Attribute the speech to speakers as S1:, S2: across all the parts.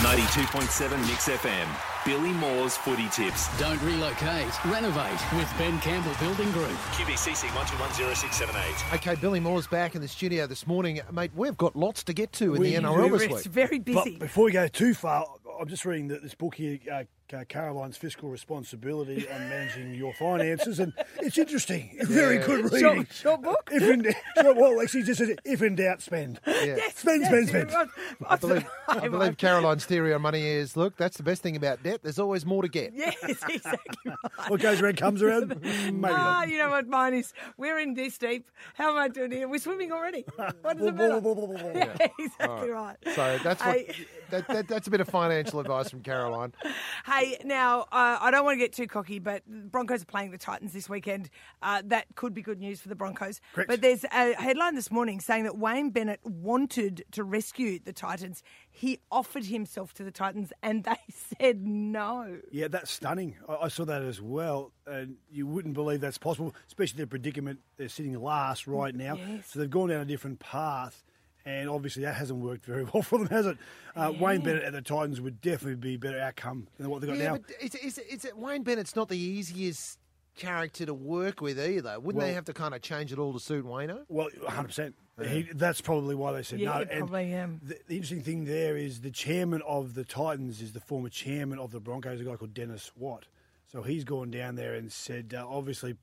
S1: 92.7 Mix FM. Billy Moore's footy tips.
S2: Don't relocate, renovate with Ben Campbell Building Group.
S1: QBCC 12100678.
S3: Okay, Billy Moore's back in the studio this morning. Mate, we've got lots to get to in
S4: We
S3: the NRL this
S4: do.
S3: week.
S5: It's very busy.
S4: But before we go too far, I'm just reading that this book here, uh, Ca- Caroline's Fiscal Responsibility and Managing Your Finances, and it's interesting. Very good reading.
S5: Short- short book?
S4: If in, short- well, actually, just says, if in doubt, spend. Spend, spend, spend.
S5: I,
S3: I believe, I believe Caroline's theory on money is look, that's the best thing about debt. There's always more to get.
S5: Yes, exactly right.
S4: What goes around comes around. Maybe
S5: Ah,
S4: not.
S5: you know what mine is? We're in this deep. How am I doing here? We're swimming already. What does it
S4: Blah,
S5: matter?
S4: blah, blah, blah, blah, blah.
S5: Yeah, exactly right.
S3: So that's what,
S5: Hey.
S3: that, that, that's a bit of financial advice from Caroline.
S5: Hey, now uh, I don't want to get too cocky, but Broncos are playing the Titans this weekend. Uh, that could be good news for the Broncos.
S4: Correct.
S5: But there's a headline this morning saying that Wayne Bennett wanted to rescue the Titans. He offered himself to the Titans, and they said no.
S4: Yeah, that's stunning. I, I saw that as well, and you wouldn't believe that's possible, especially their predicament. They're sitting last right now, so they've gone down a different path, and obviously that hasn't worked very well for them, has it? Uh, Wayne Bennett and the Titans would definitely be a better outcome than what they've got
S3: Yeah,
S4: now.
S3: but is, is, is it Wayne Bennett's not the easiest character to work with either? Wouldn't they
S4: Well-
S3: have to kind of change it all to suit Wayno?
S4: Well, 100%. He, that's probably why they said
S5: Yeah,
S4: no.
S5: it probably, um,
S4: the, the interesting thing there is the chairman of the Titans is the former chairman of the Broncos, a guy called Dennis Watt. So he's gone down there and said, uh, obviously,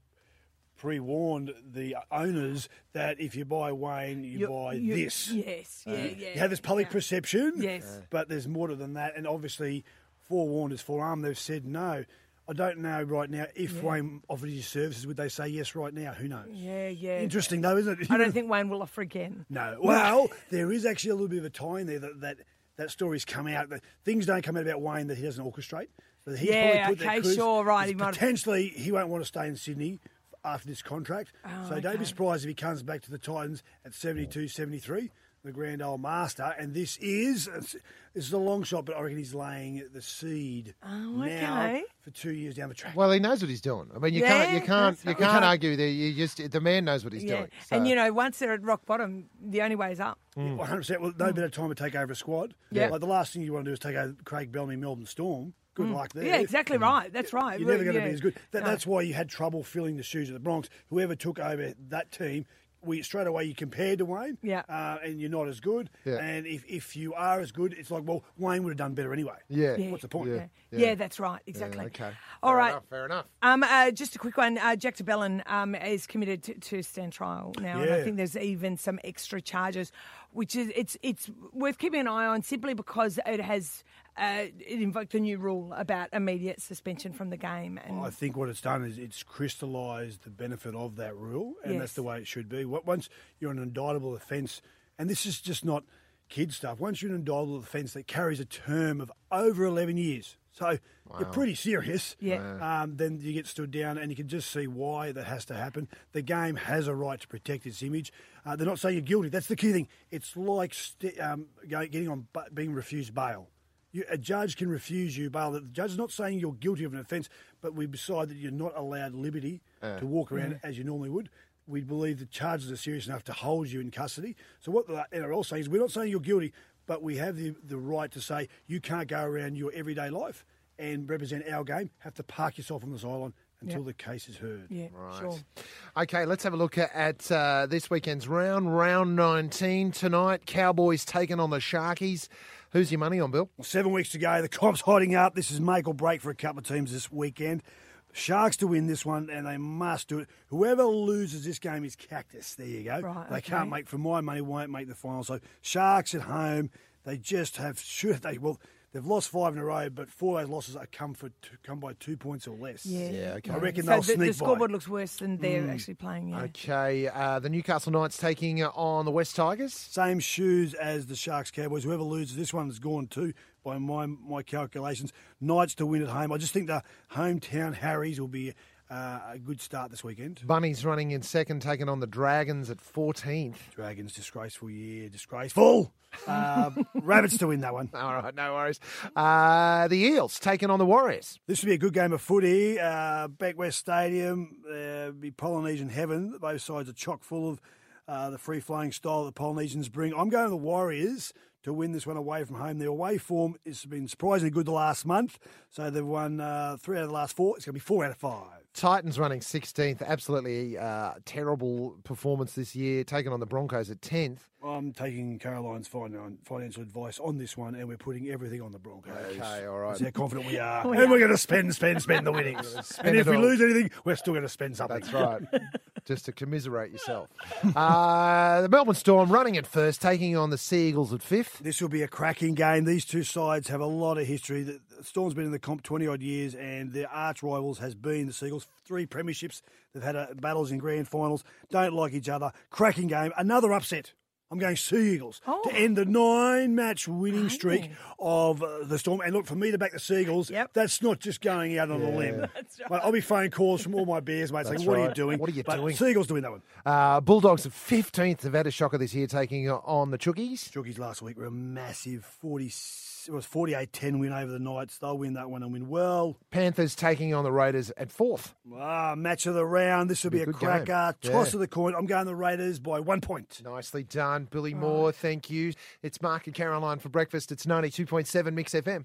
S4: pre warned the owners that if you buy Wayne, you
S5: You-
S4: buy
S5: you-
S4: this. Uh,
S5: Yes, yeah, yeah.
S4: You have this public perception.
S5: Yes. Uh.
S4: But there's more to than that. And obviously, forewarned is forearmed. They've said no. I don't know right now if Wayne offered his services, would they say yes right now? Who knows?
S5: Yeah, yeah.
S4: Interesting though, isn't it?
S5: I don't think Wayne will offer again.
S4: No. Well, there is actually a little bit of a tie in there that that, that story's come out. That things don't come out about Wayne that he doesn't orchestrate. But he's
S5: Yeah,
S4: probably put that
S5: okay,
S4: cruise-
S5: sure, right,
S4: he's
S5: he might have-
S4: potentially, he won't want to stay in Sydney after this contract. so don't
S5: Oh, okay.
S4: be surprised if he comes back to the Titans at 72, 73, the grand old master. And this is it's- this is a long shot, but I reckon he's laying the seed now
S5: Oh, okay.
S4: for two years down the track.
S3: Well, he knows what he's doing. I mean, you
S5: Yeah,
S3: can't, you can't,
S5: that's
S3: you
S5: right.
S3: can't argue there. You just the man knows what he's doing. So-
S5: And you know, once they're at rock bottom, the only way is up.
S4: 100%. Well, no better time to take over a squad.
S5: Hmm. Yeah.
S4: Like the last thing you want to do is take over Craig Bellamy, Melbourne Storm. Good luck there.
S5: Hmm. Yeah, exactly right. That's right.
S4: Mm-hmm. You're never going to
S5: Yeah.
S4: be as good. That,
S5: No.
S4: That's why you had trouble filling the shoes of the Bronx. Whoever took over that team, we straight away you compared to Wayne.
S5: Yeah.
S4: Uh, and you're not as good.
S3: Yeah.
S4: And if, if you are as good, it's like, well, Wayne would have done better anyway.
S3: yeah.
S5: Yeah.
S4: What's the point?
S5: Yeah.
S3: Yeah.
S5: Yeah, that's right. Exactly.
S3: Okay.
S5: All
S3: Fair
S5: right.
S3: enough, fair enough.
S5: Um, uh, just a quick one. Uh, Jack DeBellin um, is committed to, to stand trial now, and I
S4: Yeah.
S5: think there's even some extra charges, which is it's it's worth keeping an eye on simply because it has uh, it invoked a new rule about immediate suspension from the game. And
S4: Oh, I think what it's done is it's crystallised the benefit of that rule, and
S5: Yes.
S4: that's the way it should be. Wh- Once you're an indictable offence, and this is just not kid stuff, once you're an indictable offence that carries a term of over 11 years, so you're pretty serious,
S5: Yeah.
S4: um, then you get stood down, and you can just see why that has to happen. The game has a right to protect its image. Uh, they're not saying you're guilty. That's the key thing. It's like st- um, go- getting on bu- being refused bail. You, a judge can refuse you bail. The judge is not saying you're guilty of an offence, but we decide that you're not allowed liberty to walk around as you normally would. We believe the charges are serious enough to hold you in custody. So what the NRL saying is, we're not saying you're guilty, but we have the, the right to say you can't go around your everyday life and represent our game. Have to park yourself on the sideline until the case is heard.
S5: yeah, sure.
S3: Okay, let's have a look at uh, this weekend's round, round 19 tonight. Cowboys taking on the Sharkies. Who's your money on, Bill?
S4: Well, Seven weeks to go. The cops hiding up. This is make or break for a couple of teams this weekend. Sharks to win this one, and they must do it. Whoever loses this game is cactus. There you go.
S5: Right,
S4: they
S5: okay.
S4: can't make, for my money, won't make the final. So Sharks at home, they just have should they well, they've lost five in a row, but four of those losses are come for come by two points or less.
S5: Yeah.
S3: Yeah, okay.
S4: I reckon
S5: So
S4: they'll
S5: the,
S4: sneak
S5: the scoreboard
S4: by.
S5: looks worse than they're actually playing. Yeah.
S3: Okay, uh, the Newcastle Knights taking on the West Tigers.
S4: Same shoes as the Sharks Cowboys. Whoever loses this one is gone too, by my my calculations. Knights to win at home. I just think the hometown Harries will be uh, a good start this weekend.
S3: Bunnies running in second, taking on the Dragons at 14th.
S4: Dragons, disgraceful year, disgraceful. Uh, Rabbits to win that one.
S3: All right, no worries. Uh, the Eels taking on the Warriors.
S4: This would be a good game of footy. Uh, back West Stadium, uh, be Polynesian heaven. Both sides are chock full of uh, the free flowing style that Polynesians bring. I'm going to the Warriors to win this one away from home. Their away form has been surprisingly good the last month, so they've won uh, three out of the last four. It's going to be four out of five.
S3: Titans running 16th, absolutely uh, terrible performance this year, taking on the Broncos at 10th.
S4: I'm taking Caroline's finan- financial advice on this one, and we're putting everything on the Broncos.
S3: Okay, all right.
S4: See how confident we are.
S5: We
S4: and
S5: are.
S4: we're going to spend, spend, spend the winnings. and
S3: it
S4: if we
S3: all.
S4: lose anything, we're still going to spend something.
S3: That's right. Just to commiserate yourself. Uh, the Melbourne Storm running at first, taking on the Seagulls at fifth.
S4: This will be a cracking game. These two sides have a lot of history. The the Storm's been in the comp 20 odd years, and their arch rivals has been the Seagulls. Three premierships. They've had uh, battles in grand finals. Don't like each other. Cracking game. Another upset. I'm going Seagulls
S5: Oh.
S4: to end the nine match winning streak
S5: Crikey.
S4: of uh, the Storm. And look, for me to back the Seagulls,
S5: Yep.
S4: that's not just going out on a limb. Mate, I'll be phone calls from all my bears, mate, saying,
S3: That's
S4: What are you
S3: right.
S4: doing?
S3: What are you
S4: But
S3: doing?
S4: Seagulls doing that one.
S3: Uh, Bulldogs at 15th. They've had a shocker this year, taking on the Chookies.
S4: Jockeys last week were a massive 40, it was 48-10 win over the Knights. They'll win that one and win well.
S3: Panthers taking on the Raiders at fourth.
S4: Ah, match of the round. This will be,
S3: Be a
S4: a
S3: good game.
S4: cracker. Toss
S3: Yeah.
S4: of the coin. I'm going the Raiders by one point.
S3: Nicely done, Billy Moore. Thank you. It's Mark and Caroline for breakfast. It's 92.7 Mix FM.